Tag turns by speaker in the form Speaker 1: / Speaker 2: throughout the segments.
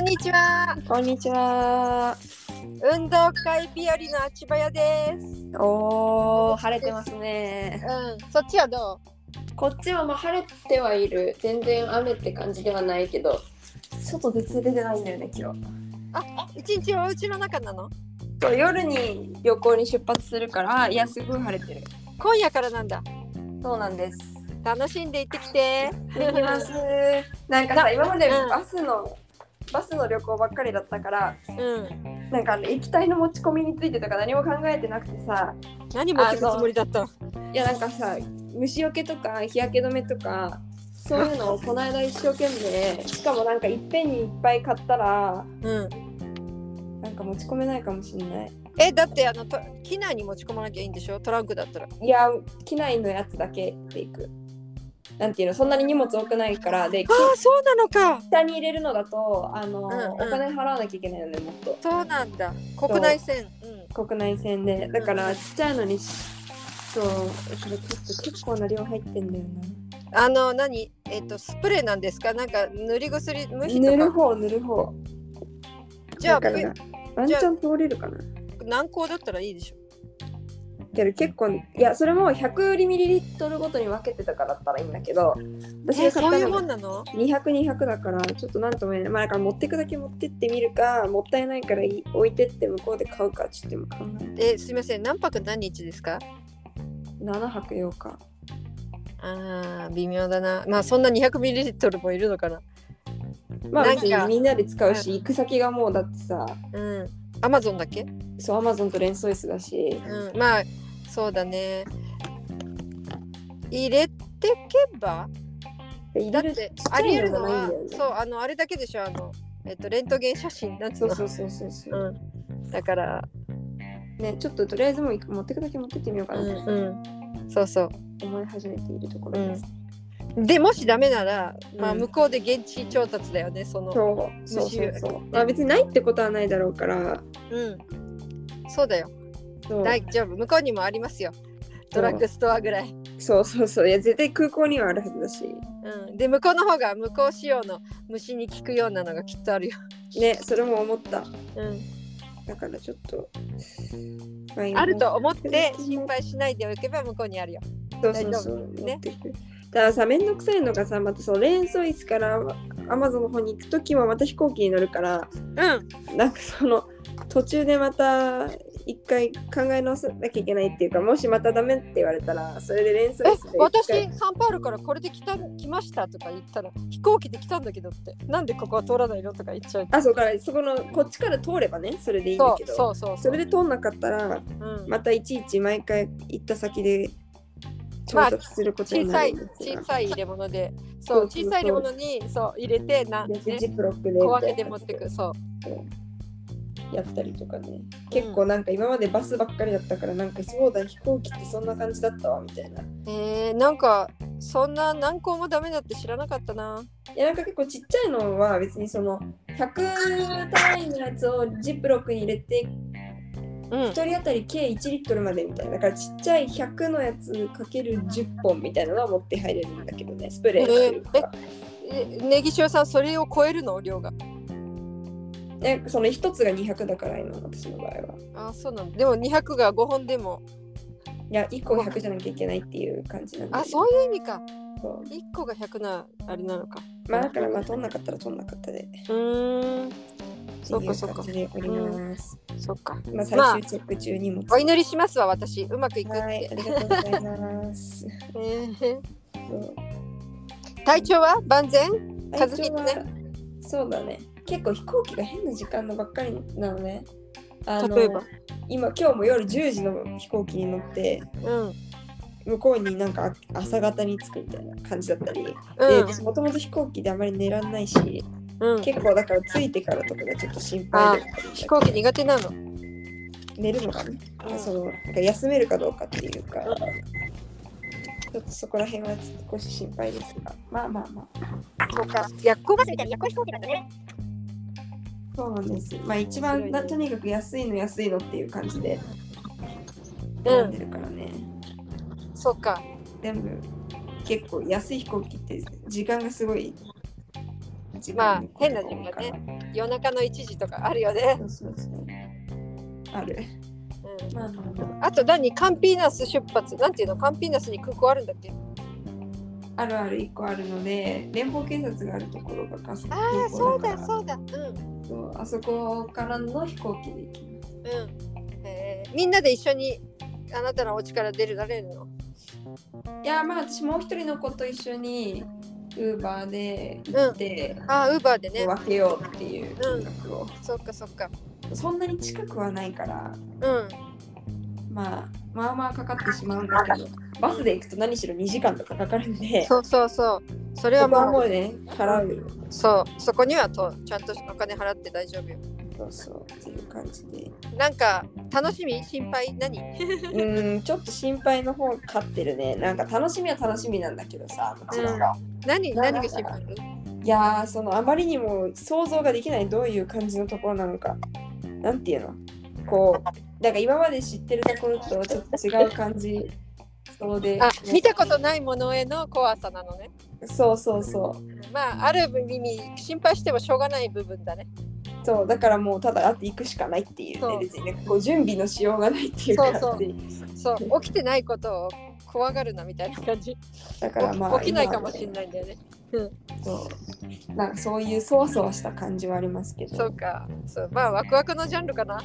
Speaker 1: んにちは。
Speaker 2: こんにちは。
Speaker 1: 運動会日和のあちばやです。
Speaker 2: おー、晴れてますね。
Speaker 1: うん、そっちはど
Speaker 2: こっちはまあ晴れてはいる。全然雨って感じではないけど、外で出れてないんだよね、今日。
Speaker 1: う。一日お家の中なの。
Speaker 2: そう夜に旅行に出発するから、いや、すごい晴れてる。
Speaker 1: 今夜からなんだ。
Speaker 2: そうなんです。
Speaker 1: 楽しんで行ってきて。
Speaker 2: 行き ます。なんかさ、今まで
Speaker 1: うん
Speaker 2: バスの、バスの旅行ばっかりだったから、
Speaker 1: うん。
Speaker 2: なんかあの液体の持ち込みについてとか何も考えてなくてさ、
Speaker 1: 何持ってくつもりだった。
Speaker 2: いやなんかさ虫よけとか日焼け止めとかそういうのをこの間一生懸命しかもなんかいっぺんにいっぱい買ったら
Speaker 1: うん。
Speaker 2: なんか持ち込めないかもしれない
Speaker 1: え、だって、あの、と、機内に持ち込まなきゃいいんでしょトランクだったら。
Speaker 2: いや機内のやつだけでいくなんていうのそんなに荷物多くないからでき
Speaker 1: ああ、そうなのか。
Speaker 2: 下に入れるのだとあ
Speaker 1: うんう
Speaker 2: の、
Speaker 1: ん
Speaker 2: お金払わなきゃいけないよねもっと
Speaker 1: そうなんだ。国内線。うん。
Speaker 2: 国内線でだからちっちゃいのにそうこれ結構結構な量入ってんだよ
Speaker 1: あの、何、えっと、スプレーなんですか。なんか塗り薬、無
Speaker 2: な
Speaker 1: 比
Speaker 2: 塗る
Speaker 1: とか。
Speaker 2: 方塗る方
Speaker 1: じゃあ、
Speaker 2: だから
Speaker 1: ぶ
Speaker 2: ワンチャン通れるかな
Speaker 1: 軟膏だったらいいでしょ。
Speaker 2: けど結構いやそれも100ミリリットルごとに分けてたからだったらいいんだけど私
Speaker 1: え、
Speaker 2: が買
Speaker 1: そ
Speaker 2: っ
Speaker 1: うい
Speaker 2: た
Speaker 1: うも
Speaker 2: の
Speaker 1: ん
Speaker 2: が
Speaker 1: なの。
Speaker 2: 200200だからちょっとなんとも言えないまあだから持ってくだけ持ってってみるかもったいないからい置いてって向こうで買うかちょっと今考えて
Speaker 1: え、すみません。何泊何日ですか。
Speaker 2: 7泊8日
Speaker 1: あー微妙だな。まあそんな200ミリリットルもいるのかな。
Speaker 2: まあ
Speaker 1: なん
Speaker 2: 別
Speaker 1: か
Speaker 2: にみんなで使うし行く先がもうだってさ
Speaker 1: うん。アマゾンだっけ？
Speaker 2: そうアマゾンとレンソイスだし
Speaker 1: うん。まあそうだね。入れてけばだっ
Speaker 2: 入れ
Speaker 1: て
Speaker 2: ちっちゃ
Speaker 1: あり
Speaker 2: い
Speaker 1: える
Speaker 2: の
Speaker 1: の
Speaker 2: がない
Speaker 1: は
Speaker 2: んだよね
Speaker 1: そうあのあれだけでしょあのえっとレントゲン写真なんつう
Speaker 2: そう
Speaker 1: の。
Speaker 2: そうそうそうそう
Speaker 1: うん。だから
Speaker 2: ねちょっととりあえずもう行く持ってくだけ持ってってみようか
Speaker 1: う
Speaker 2: なと
Speaker 1: んうん。そうそう。
Speaker 2: 思い始めているところです、
Speaker 1: でもしダメならまあ
Speaker 2: うん
Speaker 1: 向こうで現地調達だよねその。
Speaker 2: そうそうそう
Speaker 1: 無
Speaker 2: そうまあ別にないってことはないだろうから
Speaker 1: うん。そうだよ。
Speaker 2: そう
Speaker 1: 大丈夫。向こうにもありますよ。ドラッグストアぐらい。
Speaker 2: そうそうそういや絶対空港にはあるはずだし
Speaker 1: うん、で向こうの方が向こう仕様の虫に効くようなのがきっとあるよ。
Speaker 2: ねそれも思った
Speaker 1: うん、
Speaker 2: だからちょっと、ま今
Speaker 1: あると思って心配しないでおけば向こうにあるよ。
Speaker 2: そうそうそ
Speaker 1: 大
Speaker 2: う
Speaker 1: 丈夫ね
Speaker 2: 持ってくたださめんどくさいのがさまたそうレーンソイスからアマゾンの方に行く時もまた飛行機に乗るから
Speaker 1: うん、
Speaker 2: なんかその途中でまた一回考え直さなきゃいけないっていうかもしまたダメって言われたらそれでレーンソ
Speaker 1: え
Speaker 2: イスで一
Speaker 1: 私
Speaker 2: 回
Speaker 1: サンパウロからこれで来た来ましたとか言ったら飛行機で来たんだけどってなんでここは通らないのとか言っちゃう。
Speaker 2: あそうからそこのこっちから通ればねそれでいいんだ
Speaker 1: そ
Speaker 2: け
Speaker 1: う
Speaker 2: ど
Speaker 1: そうそうそ。
Speaker 2: そうれで通んなかったら
Speaker 1: うん
Speaker 2: またいちいち毎回行った先で調達することに
Speaker 1: 小
Speaker 2: な
Speaker 1: さい
Speaker 2: るんですが
Speaker 1: 小さい入れ物で、そう
Speaker 2: そうそうそう
Speaker 1: 小さい入れ物にそう入れてな、ね、
Speaker 2: ジップロックでみたい
Speaker 1: 小
Speaker 2: な
Speaker 1: 分けで持ってく。そう。
Speaker 2: やったりとかね結構なんか今までバスばっかりだったからなんかそうだ飛行機ってそんな感じだったわみたいない
Speaker 1: えー、なんかそんな何個もダメだって知らなかったな。
Speaker 2: やなんか結構ちっちゃいのは別にその100単位のやつをジップロックに入れて
Speaker 1: うん
Speaker 2: 1。人当たり計1リットルまでみたいなだからちっちゃい100のやつかける10本みたいなのは持って入れるんだけどねスプレーというか、
Speaker 1: えネギ塩さんそれを超えるの量が
Speaker 2: ねその1つが200だから今の私の場合は。
Speaker 1: あそうなんだでも200が5本でも
Speaker 2: いや、1個100じゃなきゃいけないっていう感じなんで。
Speaker 1: あそういう意味か
Speaker 2: そう
Speaker 1: 1個が100なあれなのか
Speaker 2: まあ、だから、まあ、取んなかったら取んなかったで。
Speaker 1: うーんそっかそっか
Speaker 2: っていう感じでおります。
Speaker 1: そっか
Speaker 2: まあ、最終チェック中にも。
Speaker 1: お祈りしますわ私うまくいくって、
Speaker 2: はい、ありがとうございます。
Speaker 1: えー
Speaker 2: そう
Speaker 1: 体調は万全風邪ひい
Speaker 2: 体調
Speaker 1: て
Speaker 2: はそうだね。結構飛行機が変な時間のばっかりなのね。あの
Speaker 1: 例えば
Speaker 2: 今、今日も夜10時の飛行機に乗って、
Speaker 1: うん
Speaker 2: 向こうになんか朝方に着くみたいな感じだったり、で
Speaker 1: うん
Speaker 2: 私もともと飛行機であまり寝らんないし、
Speaker 1: うん
Speaker 2: 結構だから着いてからとかがちょっと心配だったりとか
Speaker 1: 飛行機苦手なの、うん
Speaker 2: 寝るのかなそのなんか休めるかどうかっていうか、ちょっとそこら辺は少し心配ですが、まあまあまあ、
Speaker 1: そうか夜行バスみたいな夜行飛行機なんだね
Speaker 2: そうなんです。まあ一番なとにかく安いの安いのっていう感じで
Speaker 1: う
Speaker 2: 選ん
Speaker 1: ん
Speaker 2: でるからね、
Speaker 1: そうか
Speaker 2: 全部結構安い飛行機って時間がすごい時
Speaker 1: まあ
Speaker 2: 間に
Speaker 1: 変な時間ね夜中の1時とかあるよね。
Speaker 2: そうそうそうある
Speaker 1: うん
Speaker 2: まあまあま
Speaker 1: あと何カンピーナス出発なんていうのカンピーナスに空港あるんだっけ
Speaker 2: ああるある一個あるので連邦警察があるところがあそこ
Speaker 1: ああそうだ
Speaker 2: う
Speaker 1: そうだうん
Speaker 2: そうあそこからの飛行機で行きま
Speaker 1: うん、えーみんなで一緒にあなたのお家から出るられるの
Speaker 2: すいやまあ私もう一人の子と一緒にウーバーで行って、
Speaker 1: ああウーバーでね
Speaker 2: 分けようっていう金額を、
Speaker 1: そっかそっか
Speaker 2: そんなに近くはないから
Speaker 1: うん
Speaker 2: まあまあまあかかってしまうんだけどバスで行くと何しろ2時間とかかかるんで
Speaker 1: そうそうそうそれ
Speaker 2: そ
Speaker 1: は
Speaker 2: こは
Speaker 1: も
Speaker 2: も
Speaker 1: う
Speaker 2: うね払う
Speaker 1: そうそこにはとちゃんとお金払って大丈夫よ
Speaker 2: そうそうっていう感じで
Speaker 1: なんか楽しみ心配何
Speaker 2: うんちょっと心配の方勝ってるねなんか楽しみは楽しみなんだけどさもちろん、
Speaker 1: 何
Speaker 2: な
Speaker 1: 何が心配
Speaker 2: いやーそのあまりにも想像ができないどういう感じのところなのかなんていうのこうなんか今まで知ってるところとちょっと違う感じそうで
Speaker 1: あ見たことないものへの怖さなのね
Speaker 2: そうそうそう
Speaker 1: まあある意味心配してもしょうがない部分だね
Speaker 2: そうだからもうただあって行くしかないっていう
Speaker 1: そ
Speaker 2: ね
Speaker 1: う
Speaker 2: 別にねこう準備のしようがないっていう感じ
Speaker 1: そうそうそう起きてないことを怖がるなみたいな感じ
Speaker 2: だからまあ
Speaker 1: 起きないかもしれないんだよね
Speaker 2: そうなんかそういうそわそわした感じはありますけど
Speaker 1: そうかそうまあワクワクのジャンルかな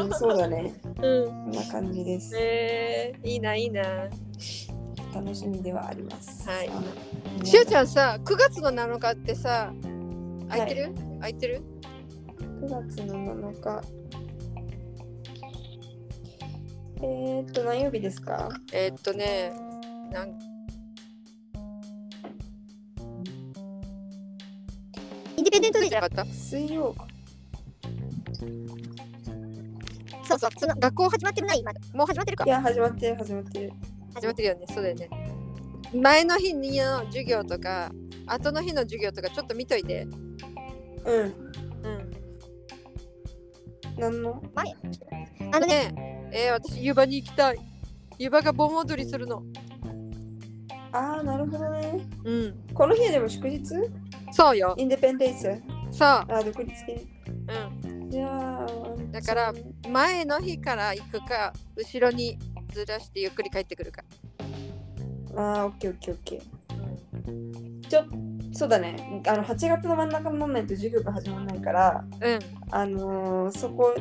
Speaker 2: うん、そうだね
Speaker 1: うん
Speaker 2: こんな感じです、
Speaker 1: えー、いいないいな
Speaker 2: 楽しみではあります
Speaker 1: はい
Speaker 2: あの
Speaker 1: しゅうちゃんさ9月の7日ってさ空いてる、空いてる
Speaker 2: 9月の7日。えー、っと、何曜日ですか
Speaker 1: えーっとねなん
Speaker 3: インディペンデントデー
Speaker 1: じ
Speaker 3: じ
Speaker 1: ゃ
Speaker 3: ゃ
Speaker 1: なかった
Speaker 2: 水曜か。
Speaker 3: そうそう、その学校始まってない、まだもう始まってるか
Speaker 2: い。や、始まってる、始まってる。
Speaker 1: 始まってるよねそうだよね前の日の授業とか後の日の授業とかちょっと見といて
Speaker 2: うん。
Speaker 1: うん
Speaker 2: 何の
Speaker 3: 前
Speaker 1: あ
Speaker 3: あの
Speaker 1: の
Speaker 3: ね、
Speaker 1: ねえー、私湯場に行きたい湯場が盆踊りするの
Speaker 2: ああ、なるほどね。
Speaker 1: うん
Speaker 2: この日はでも祝日
Speaker 1: そうよ
Speaker 2: インデペンデンス
Speaker 1: そ
Speaker 2: あー、独立系。
Speaker 1: ううん
Speaker 2: じゃあ、
Speaker 1: だから前の日から行くか後ろにずらしてゆっくり帰ってくるか
Speaker 2: ああ、オッケーオッケーオッケー。ちょそうだね。あの、8月の真ん中にならないと授業が始まらないから、
Speaker 1: うん、
Speaker 2: あのー、そこ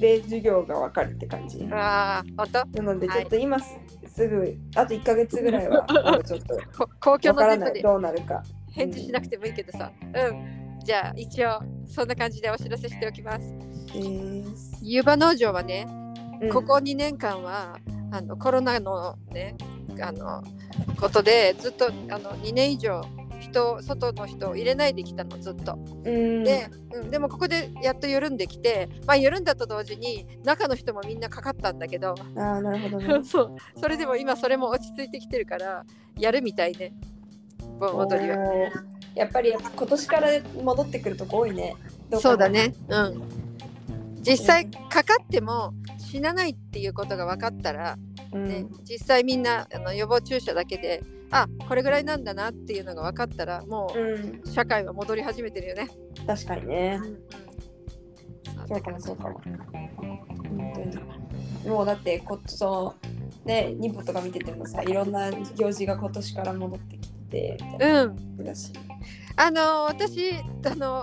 Speaker 2: で授業が分かるって感じ。
Speaker 1: うん、ああ本当
Speaker 2: なので、
Speaker 1: はい
Speaker 2: ちょっと今すすぐ、あと1ヶ月ぐら いは、あのちょっと、
Speaker 1: こ公共
Speaker 2: わ
Speaker 1: の電
Speaker 2: からな
Speaker 1: 波
Speaker 2: い、
Speaker 1: で
Speaker 2: どうなるか。
Speaker 1: 返事しなくてもいいけどさうんじゃあ一応そんな感じでお知らせしておきます
Speaker 2: です
Speaker 1: 湯場農場はね
Speaker 2: うん
Speaker 1: ここ2年間はあのコロナのねあのことでずっとあの2年以上人を外の人を入れないできたのずっと。
Speaker 2: うん、
Speaker 1: で,、うん、でもここでやっと緩んできて、まあ、緩んだと同時に中の人もみんなかかったんだけど、
Speaker 2: ああ、なるほど ね。
Speaker 1: そうそれでも今それも落ち着いてきてるからやるみたいね盆踊りは。
Speaker 2: おーやっぱり今年から戻ってくるとこ多いね。どかな
Speaker 1: そうだ。ね、うん、実際かかっても死なないっていうことが分かったら
Speaker 2: うん
Speaker 1: ね、実際みんなあの予防注射だけであこれぐらいなんだなっていうのが分かったらも
Speaker 2: うん、
Speaker 1: う社会は戻り始めてるよね。
Speaker 2: 確かにね。
Speaker 1: そう
Speaker 2: そうかも、そうかも。本当にもうだってこ、その、ね、ニポとか見ててもさ、いろんな行事が今年から戻ってきて、みたい
Speaker 1: うん、
Speaker 2: なだし。
Speaker 1: あの私あの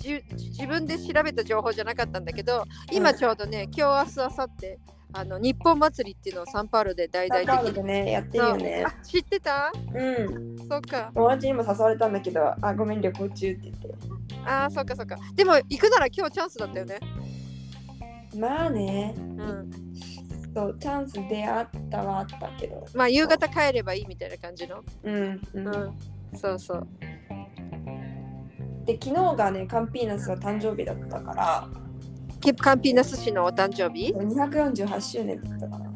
Speaker 1: じ自分で調べた情報じゃなかったんだけど今ちょうどね、今日明日明後日あの日本祭りっていうのをサンパウロで大
Speaker 2: サ
Speaker 1: 々
Speaker 2: ンパウロ
Speaker 1: 的に
Speaker 2: でね、やってるよね。
Speaker 1: あ知ってた
Speaker 2: うん。
Speaker 1: そうか
Speaker 2: 友達にも誘われたんだけど、あ、ごめん、旅行中って言って。
Speaker 1: あーそうかそうかでも行くなら今日チャンスだったよね
Speaker 2: まあね、
Speaker 1: うん
Speaker 2: そう、チャンスであったはあったけど。
Speaker 1: まあ夕方帰ればいいみたいな感じの
Speaker 2: うん、う。
Speaker 1: うんんそうそう
Speaker 2: で、昨日がね、カンピーナスが誕生日だったから、
Speaker 1: キカンピーナス氏のお誕生日
Speaker 2: 248周年だったかな。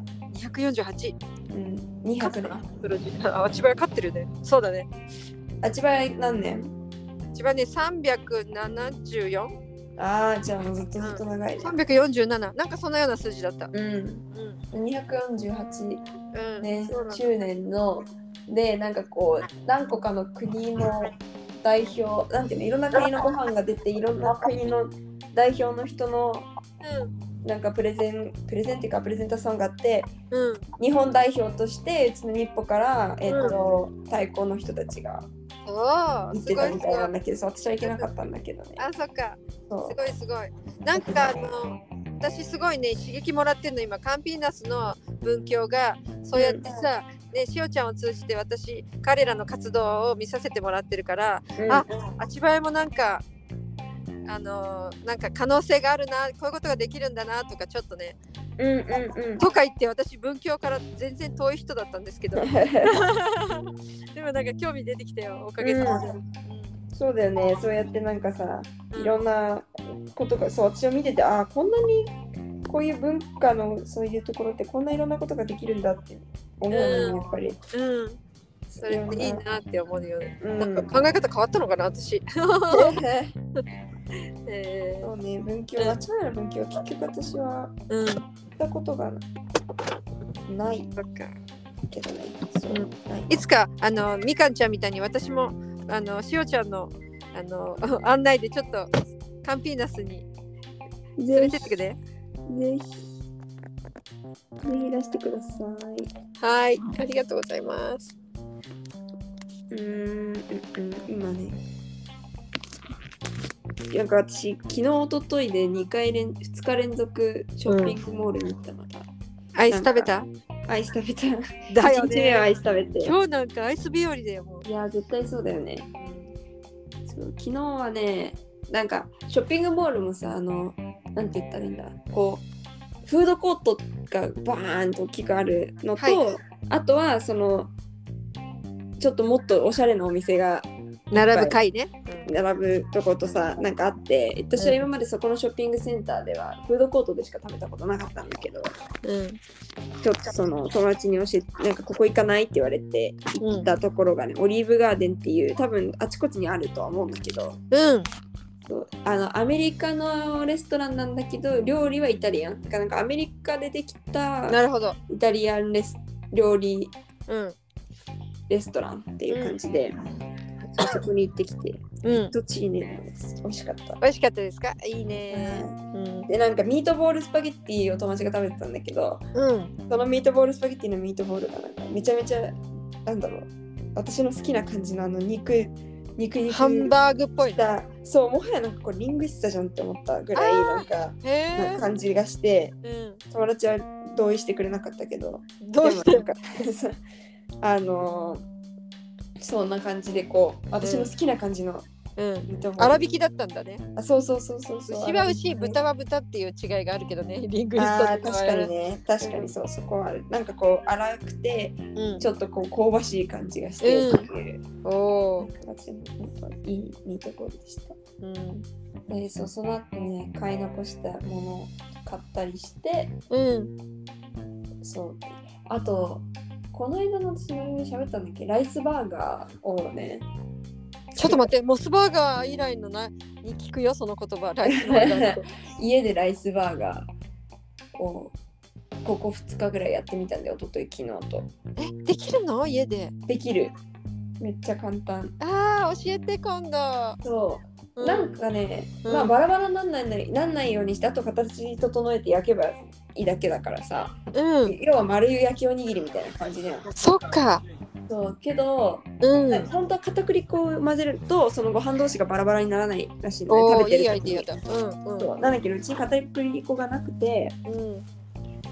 Speaker 1: 248
Speaker 2: うん、200年。
Speaker 1: 黒字 あ千葉屋勝ってるねそうだね
Speaker 2: あ、千葉屋何年
Speaker 1: 千葉ね374347
Speaker 2: ああ、じゃあもうずっとずっと長いね。
Speaker 1: なんかそのような数字だった
Speaker 2: うん、
Speaker 1: うん
Speaker 2: 248
Speaker 1: うん、
Speaker 2: 年
Speaker 1: そうなんだ
Speaker 2: 周年の、で、なんかこう、何個かの国の代表なんていうのいろんな国のご飯が出ていろんな国の代表の人のなんかプレゼンプレゼンっていうかプレゼンターさんがあって
Speaker 1: うんうん
Speaker 2: 日本代表としてうちの日本から、えっと太鼓の人たちが
Speaker 1: そう
Speaker 2: 行っ
Speaker 1: す
Speaker 2: て
Speaker 1: ご
Speaker 2: た
Speaker 1: いす
Speaker 2: みた
Speaker 1: ごい
Speaker 2: いなんだけどそう私は行けなかったんだけどね
Speaker 1: あそっか
Speaker 2: そ
Speaker 1: す
Speaker 2: う
Speaker 1: ごいすごいなんかあの私すごいね刺激もらってんの今カンピーナスの文教がそうやってさ、ねしおちゃんを通じて私彼らの活動を見させてもらってるからああちばえもなんかあのーなんか可能性があるなこういうことができるんだなとかちょっとね
Speaker 2: うんうんうん
Speaker 1: とか言って私文教から全然遠い人だったんですけど でもなんか興味出てきたよおかげさまで。
Speaker 2: そうだよねそうやってなんかさ
Speaker 1: うん
Speaker 2: いろんなことがそう私を見ててああこんなにこういう文化のそういうところってこんないろんなことができるんだって思うの
Speaker 1: うん
Speaker 2: よやっぱり、
Speaker 1: うんそれっていいなって思うよね。
Speaker 2: うん、
Speaker 1: なんか考え方変わったのかな私。 え
Speaker 2: そうね文教あっちらの文教結局私は
Speaker 1: ー、うん。そ
Speaker 2: 行ったことがない
Speaker 1: っか。
Speaker 2: けどねそう
Speaker 1: うん
Speaker 2: ない
Speaker 1: いつかあのみかんちゃんみたいに私もあのしおちゃんのあの 案内でちょっとカンピーナスに連れてってくれ。
Speaker 2: ぜひぜひ出してください
Speaker 1: はい、ありがとうございます。
Speaker 2: うーんうんうん今ねなんか私昨日一昨日で2回連2日連続ショッピングモールに行ったまた、
Speaker 1: アイス食べた
Speaker 2: アイス食べた
Speaker 1: だ
Speaker 2: 1日目はアイス食べて
Speaker 1: 今日なんかアイス日和だよ、もう。
Speaker 2: いや絶対そうだよねそう昨日はねなんかショッピングモールもさあのなんて言ったらいいんだこうフードコートがバーンと大きくあるのと、
Speaker 1: はい
Speaker 2: あとはそのちょっともっとおしゃれなお店が
Speaker 1: 並ぶ会ね。
Speaker 2: 並ぶとことさなんかあって私は今までそこのショッピングセンターではフードコートでしか食べたことなかったんだけど
Speaker 1: うん。
Speaker 2: ちょっとその友達に教えてなんかここ行かないって言われて行ったところがね、オリーブガーデンっていう多分あちこちにあるとは思うんだけど
Speaker 1: うん。
Speaker 2: そうあのアメリカのレストランなんだけど料理はイタリアンだからなんかアメリカでできた
Speaker 1: なるほど。
Speaker 2: イタリアンレス料理
Speaker 1: うん。
Speaker 2: レストランっていう感じで、そうそこに行ってきて
Speaker 1: うん。
Speaker 2: どっちいいね美味しかった。
Speaker 1: 美味しかったですかいいね。うん。
Speaker 2: でなんかミートボールスパゲッティを友達が食べてたんだけど
Speaker 1: うん。
Speaker 2: そのミートボールスパゲッティのミートボールがなんかめちゃめちゃなんだろう私の好きな感じのあの肉肉肉
Speaker 1: ハンバーグっぽい
Speaker 2: し
Speaker 1: ね。
Speaker 2: たそうもはやなんかこれリングスタじゃんって思ったぐらい
Speaker 1: あー
Speaker 2: なんか
Speaker 1: へ
Speaker 2: な
Speaker 1: え。
Speaker 2: 感じがして
Speaker 1: うん。
Speaker 2: 友達は同意してくれなかったけど
Speaker 1: どうして
Speaker 2: でもなんか そうあのーそんな感じでこう私の好きな感じの
Speaker 1: うん。
Speaker 2: ミートボール、
Speaker 1: 粗挽きだったんだね。
Speaker 2: あそうそうそうそうそう
Speaker 1: 牛は牛、豚は豚っていう違いがあるけどね。リングリスト
Speaker 2: あー確かにね確かにそうそこはあるなんかこう粗くて
Speaker 1: うん
Speaker 2: ちょっとこう香ばしい感じがして
Speaker 1: うん
Speaker 2: っていう、
Speaker 1: おお。
Speaker 2: 私も本当いいミートボールでした、
Speaker 1: うん。
Speaker 2: えーそうその後ね買い残したものを買ったりして
Speaker 1: うん。
Speaker 2: そうあとこの間の私の喋ったんだっけライスバーガーをね
Speaker 1: ちょっと待って、モスバーガー以来のな、に聞くよ、その言葉。ライスバーガー のこ
Speaker 2: 家でライスバーガーをここ2日ぐらいやってみたんで一昨日昨日と
Speaker 1: とえ、できるの家で。
Speaker 2: できるめっちゃ簡単
Speaker 1: ああ、教えて今度。
Speaker 2: そう
Speaker 1: う
Speaker 2: なんかね、
Speaker 1: うん
Speaker 2: まあバラバラになんないなりなんないようにしてあと形整えて焼けばいいだけだからさ、
Speaker 1: うん。
Speaker 2: 要は丸焼きおにぎりみたいな感じだよ
Speaker 1: そっか。
Speaker 2: そうけど、
Speaker 1: うん。
Speaker 2: 本当は片栗粉を混ぜるとそのご飯同士がバラバラにならないらしいので
Speaker 1: お
Speaker 2: 食
Speaker 1: お、
Speaker 2: べ
Speaker 1: い
Speaker 2: てる
Speaker 1: いアイ
Speaker 2: 時に
Speaker 1: ディアだ。うん。うん。
Speaker 2: そうなんだけどうちに片栗粉がなくて
Speaker 1: うん。うん。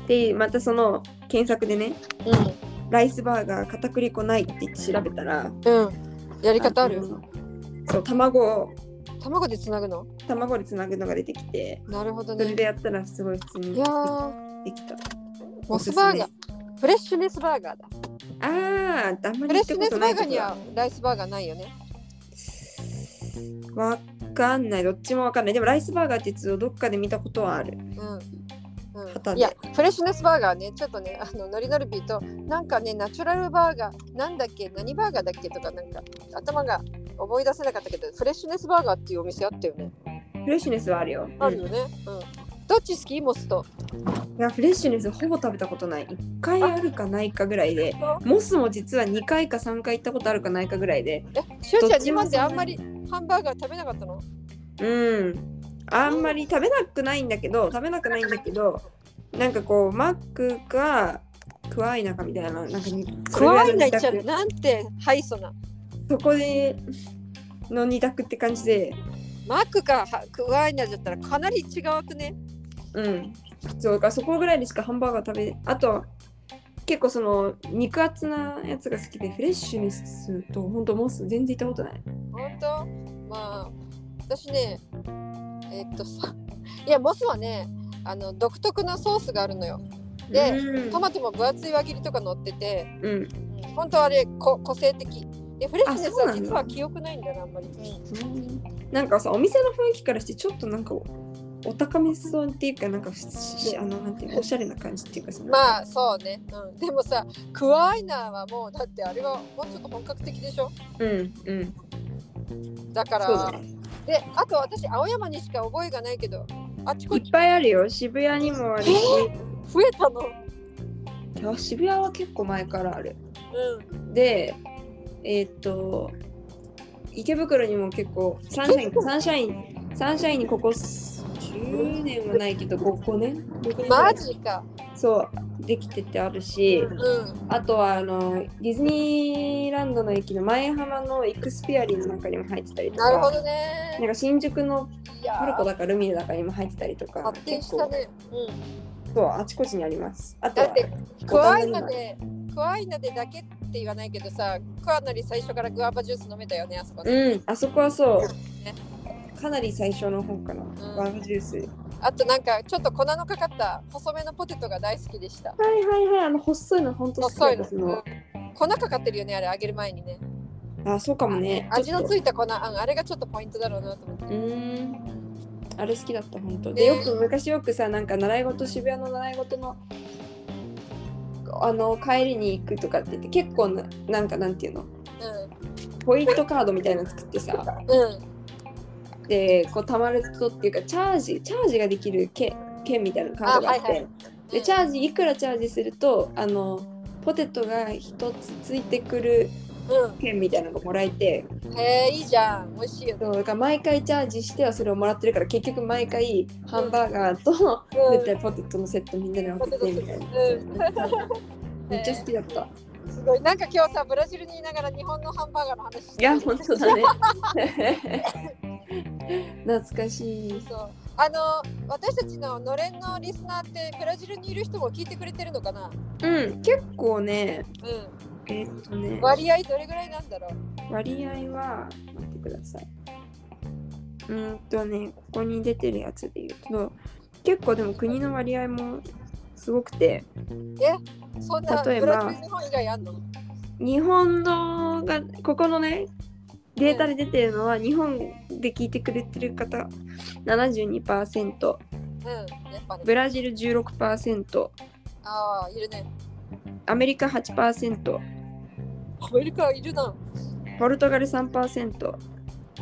Speaker 2: でまたその検索でねライスバーガー片栗粉ないって言って調べたら
Speaker 1: うん。やり方あ
Speaker 2: あ
Speaker 1: る。
Speaker 2: のそう卵を
Speaker 1: 卵でつなぐの。
Speaker 2: 卵でつなぐのが出てきて
Speaker 1: なるほど
Speaker 2: それ
Speaker 1: ね。
Speaker 2: でやったらすごい普通に
Speaker 1: いやー、
Speaker 2: できた
Speaker 1: モスバーガー。フレッシュネスバーガーだ。
Speaker 2: あー、あんま
Speaker 1: フ
Speaker 2: り
Speaker 1: レッ
Speaker 2: 行っ
Speaker 1: シ
Speaker 2: た
Speaker 1: ュ
Speaker 2: こ
Speaker 1: ネス
Speaker 2: と
Speaker 1: バ
Speaker 2: ない
Speaker 1: ーガー
Speaker 2: とこ
Speaker 1: に
Speaker 2: ろ
Speaker 1: はライスバーガーないよね。
Speaker 2: わかんない。どっちもわかんない。でもライスバーガーって実はどっかで見たことはある。
Speaker 1: うんう
Speaker 2: 旗
Speaker 1: ん、
Speaker 2: で
Speaker 1: いやフレッシュネスバーガーねちょっとねあのノリノリビーとなんかねナチュラルバーガーなんだっけ何バーガーだっけとかなんか頭が思い出せなかったけどフレッシュネスバーガーっていうお店あったよね
Speaker 2: フレッシュネスはあるよ。
Speaker 1: あるよねうん、どっち好きモスト
Speaker 2: いやフレッシュネスほぼ食べたことない1回あるかないかぐらいでモスも実は2回か3回行ったことあるかないかぐらいで
Speaker 1: えしおち
Speaker 2: ど
Speaker 1: ゃ
Speaker 2: っ
Speaker 1: ん
Speaker 2: ち
Speaker 1: 日
Speaker 2: も
Speaker 1: 本であんまりハンバーガー食べなかったの
Speaker 2: うんあんまり食べなくないんだけど食べなくないんだけどなんかこうマックかクワイナかみたいななんか
Speaker 1: クワイナ行っち
Speaker 2: ち
Speaker 1: ゃ
Speaker 2: ゃ
Speaker 1: うなんてハイソな
Speaker 2: そこでの2択って感じで
Speaker 1: マックかはクワイナじゃったらかなり違うくね
Speaker 2: うんそうかそこぐらいでしかハンバーガー食べあとは結構その肉厚なやつが好きでフレッシュにすると本当モス全然行ったことない
Speaker 1: 本当まあ私ねえっと さいやモスはねあの独特のソースがあるのよで
Speaker 2: うん
Speaker 1: トマトも分厚い輪切りとか乗ってて、
Speaker 2: うん
Speaker 1: 本当あれこ個性的でフレッシュネス
Speaker 2: あそう
Speaker 1: は
Speaker 2: なんだ
Speaker 1: 実は記憶ないんだよなあんまり、
Speaker 2: なんかさお店の雰囲気からしてちょっとなんかおお高めそうっていうかなんかししあのなんていうのおしゃれな感じっていうかさ
Speaker 1: まあそうね、うん、でもさクワイナーはもうだってあれはもうちょっと本格的でしょ
Speaker 2: うんうん
Speaker 1: だから
Speaker 2: そうだね
Speaker 1: であと私青山にしか覚えがないけどあちこ
Speaker 2: いっ
Speaker 1: ち
Speaker 2: ぱいあるよ渋谷にもあるし、
Speaker 1: 増えたの
Speaker 2: あ渋谷は結構前からある
Speaker 1: う
Speaker 2: でえーっと池袋にも結構サンシャインサンシャインサンシャインにここ10年はないけど5, 5年6年
Speaker 1: ん
Speaker 2: ぐら
Speaker 1: マ
Speaker 2: い
Speaker 1: ジか
Speaker 2: そうできててあるし、
Speaker 1: うん
Speaker 2: あとはあのディズニーランドの駅の前浜のエクスピアリーの中にも入ってたりとか
Speaker 1: なるほど
Speaker 2: な
Speaker 1: ね
Speaker 2: んか新宿の
Speaker 1: いや
Speaker 2: パルコ
Speaker 1: ー
Speaker 2: だかルミネだかにも入ってたりとか
Speaker 1: 発展
Speaker 2: 結
Speaker 1: した
Speaker 2: 構
Speaker 1: ねうん
Speaker 2: そうあちこちにありますあと
Speaker 1: だ
Speaker 2: は
Speaker 1: ってクワイナでクワイナでだけって言わないけどさかなり最初からグアバジュース飲めたよねあそこで、
Speaker 2: うんあそこはそ
Speaker 1: ね
Speaker 2: うかなり最初の方かなバームジュースはい
Speaker 1: あとなんかちょっと粉のかかった細めのポテトが大好きでした
Speaker 2: はいはいあの細いの本当好き
Speaker 1: 細
Speaker 2: ないんで
Speaker 1: の、
Speaker 2: すよ
Speaker 1: うん粉かかってるよねあれ揚げる前にね
Speaker 2: あそうかもね
Speaker 1: 味の
Speaker 2: ちょっ
Speaker 1: ついた粉うんあれがちょっとポイントだろうなと思って
Speaker 2: とうーんあれ好きだった本当
Speaker 1: ね
Speaker 2: でよく昔よくさなんか習い事渋谷の習い事のあの帰りに行くとかって言って結構ななんかなんていうのポイントカードみたいなの作ってさ
Speaker 1: うんうん
Speaker 2: でこう貯まるとっていうかチャージチャージができる券券みたいなカードがあって
Speaker 1: あはいはい
Speaker 2: でチャージいくらチャージするとあのポテトが一つついてくる
Speaker 1: う
Speaker 2: 券みたいなのがもらえて
Speaker 1: んへえいいじゃん美味しいよね
Speaker 2: そうだから毎回チャージしてはそれをもらってるから結局毎回ハンバーガーと、
Speaker 1: うん
Speaker 2: 絶対ポテトのセットみんなで分けてみたいな、
Speaker 1: ん
Speaker 2: めっちゃ好きだった、
Speaker 1: すごいなんか今日さブラジルにいながら日本のハンバーガーの話して
Speaker 2: いや本当だね懐かしい
Speaker 1: そうあの私たちののれんのリスナーってブラジルにいる人も聞いてくれてるのかな、
Speaker 2: うん結構ね
Speaker 1: う
Speaker 2: えーっとね
Speaker 1: ん、割合どれぐらいなんだろう
Speaker 2: 割合は待ってください。うーんとね、ここに出てるやつで言うと、結構でも国の割合もすごくて、
Speaker 1: そんなブ
Speaker 2: 例えば
Speaker 1: ラジル日本以外あんの
Speaker 2: 日本のが、ここのね、データで出てるのは、日本で聞いてくれてる方72%、
Speaker 1: うんやっぱね
Speaker 2: ブラジル16%、
Speaker 1: ああいるね
Speaker 2: アメリカ8%、
Speaker 1: アメリカいるな
Speaker 2: ポルトガル3%、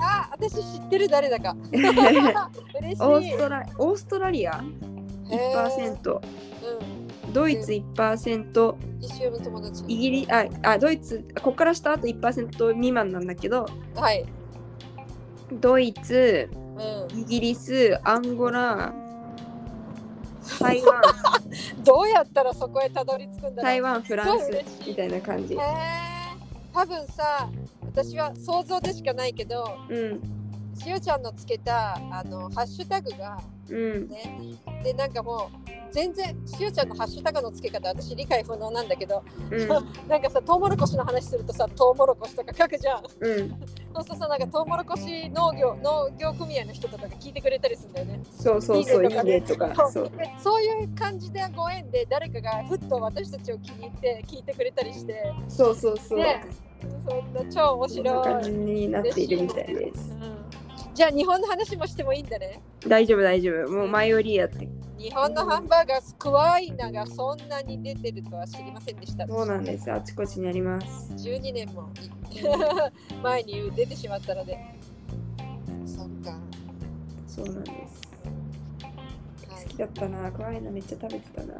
Speaker 1: あ私知ってる誰だか嬉しい
Speaker 2: オーストラオーストラリア
Speaker 1: へー
Speaker 2: 1%、
Speaker 1: うん
Speaker 2: ドイツ1%、
Speaker 1: 一周の友達
Speaker 2: イギリああドイツここからしたあと1%未満なんだけど
Speaker 1: はい
Speaker 2: ドイツ
Speaker 1: う
Speaker 2: イギリスアンゴラ台湾
Speaker 1: んどうやったらそこへたどり着くんだろ
Speaker 2: 台
Speaker 1: う
Speaker 2: 湾フランス
Speaker 1: すごい嬉しい
Speaker 2: みたいな感じ
Speaker 1: へ。え多分さ私は想像でしかないけど
Speaker 2: うん
Speaker 1: しおちゃんのつけたあのハッシュタグが
Speaker 2: うん
Speaker 1: ねでなんかもう全然しおちゃんのハッシュタグの付け方私理解不能なんだけど
Speaker 2: うん
Speaker 1: なんかさトウモロコシの話するとさトウモロコシとか書くじゃん
Speaker 2: うん
Speaker 1: そうするとさなんかトウモロコシ農業農業組合の人とかが聞いてくれたりするんだよね
Speaker 2: そうそうそうい
Speaker 1: いい
Speaker 2: いね
Speaker 1: ね
Speaker 2: とか
Speaker 1: そう
Speaker 2: そう
Speaker 1: でそういう感じでご縁で誰かがふっと私たちを気に入って聞いてくれたりして
Speaker 2: そうそうそう
Speaker 1: ねそんな超面
Speaker 2: そんな
Speaker 1: 白
Speaker 2: 感じ
Speaker 1: い、
Speaker 2: になっているみたいです
Speaker 1: うんじゃあ日本の話もしてもいいんだね
Speaker 2: 大丈夫大丈夫もう前よりやって
Speaker 1: 日本のハンバーガースクワイナがそんなに出てるとは知りませんでした
Speaker 2: そうなんですあちこちにあります
Speaker 1: 12年も前に出てしまったのでそっか
Speaker 2: そうなんです好きだったな怖いのめっちゃ食べてたな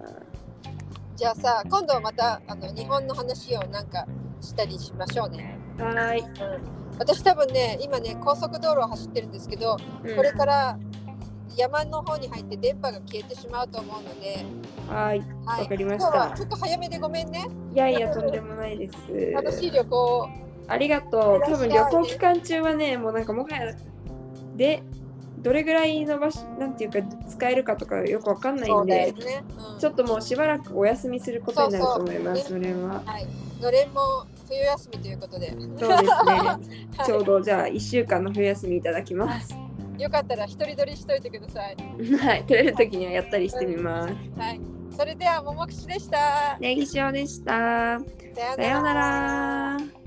Speaker 1: じゃあさ今度またあの日本の話をなんかしたりしましょうね、
Speaker 2: はーい、
Speaker 1: 私多分ね今ね高速道路を走ってるんですけど
Speaker 2: うん
Speaker 1: これから山の方に入って電波が消えてしまうと思うので、
Speaker 2: はーい
Speaker 1: は
Speaker 2: わかりました
Speaker 1: 今日はちょっと早めでごめんね。
Speaker 2: いやいやとんでもないです
Speaker 1: 楽しい旅行を。
Speaker 2: ありがとう。多分
Speaker 1: いらっ
Speaker 2: 旅
Speaker 1: しゃい
Speaker 2: 行期間中はね、もうなんかもはやで、どれぐらい伸ばし、なんていうか使えるかとかよくわかんない
Speaker 1: そ
Speaker 2: ん
Speaker 1: うだよ
Speaker 2: で、
Speaker 1: ね。うん
Speaker 2: ちょっともうしばらくお休みすることになると思います、それは。
Speaker 1: はい。のれんも冬休みということで。
Speaker 2: そ うですね。ちょうどじゃあ1週間の冬休みいただきます。
Speaker 1: よかったら一人撮りしといてください。
Speaker 2: はい、取れる時にはやったりしてみます。
Speaker 1: はい。それではももくしでした。
Speaker 2: ネギ塩でした。
Speaker 1: さよう
Speaker 2: さようなら。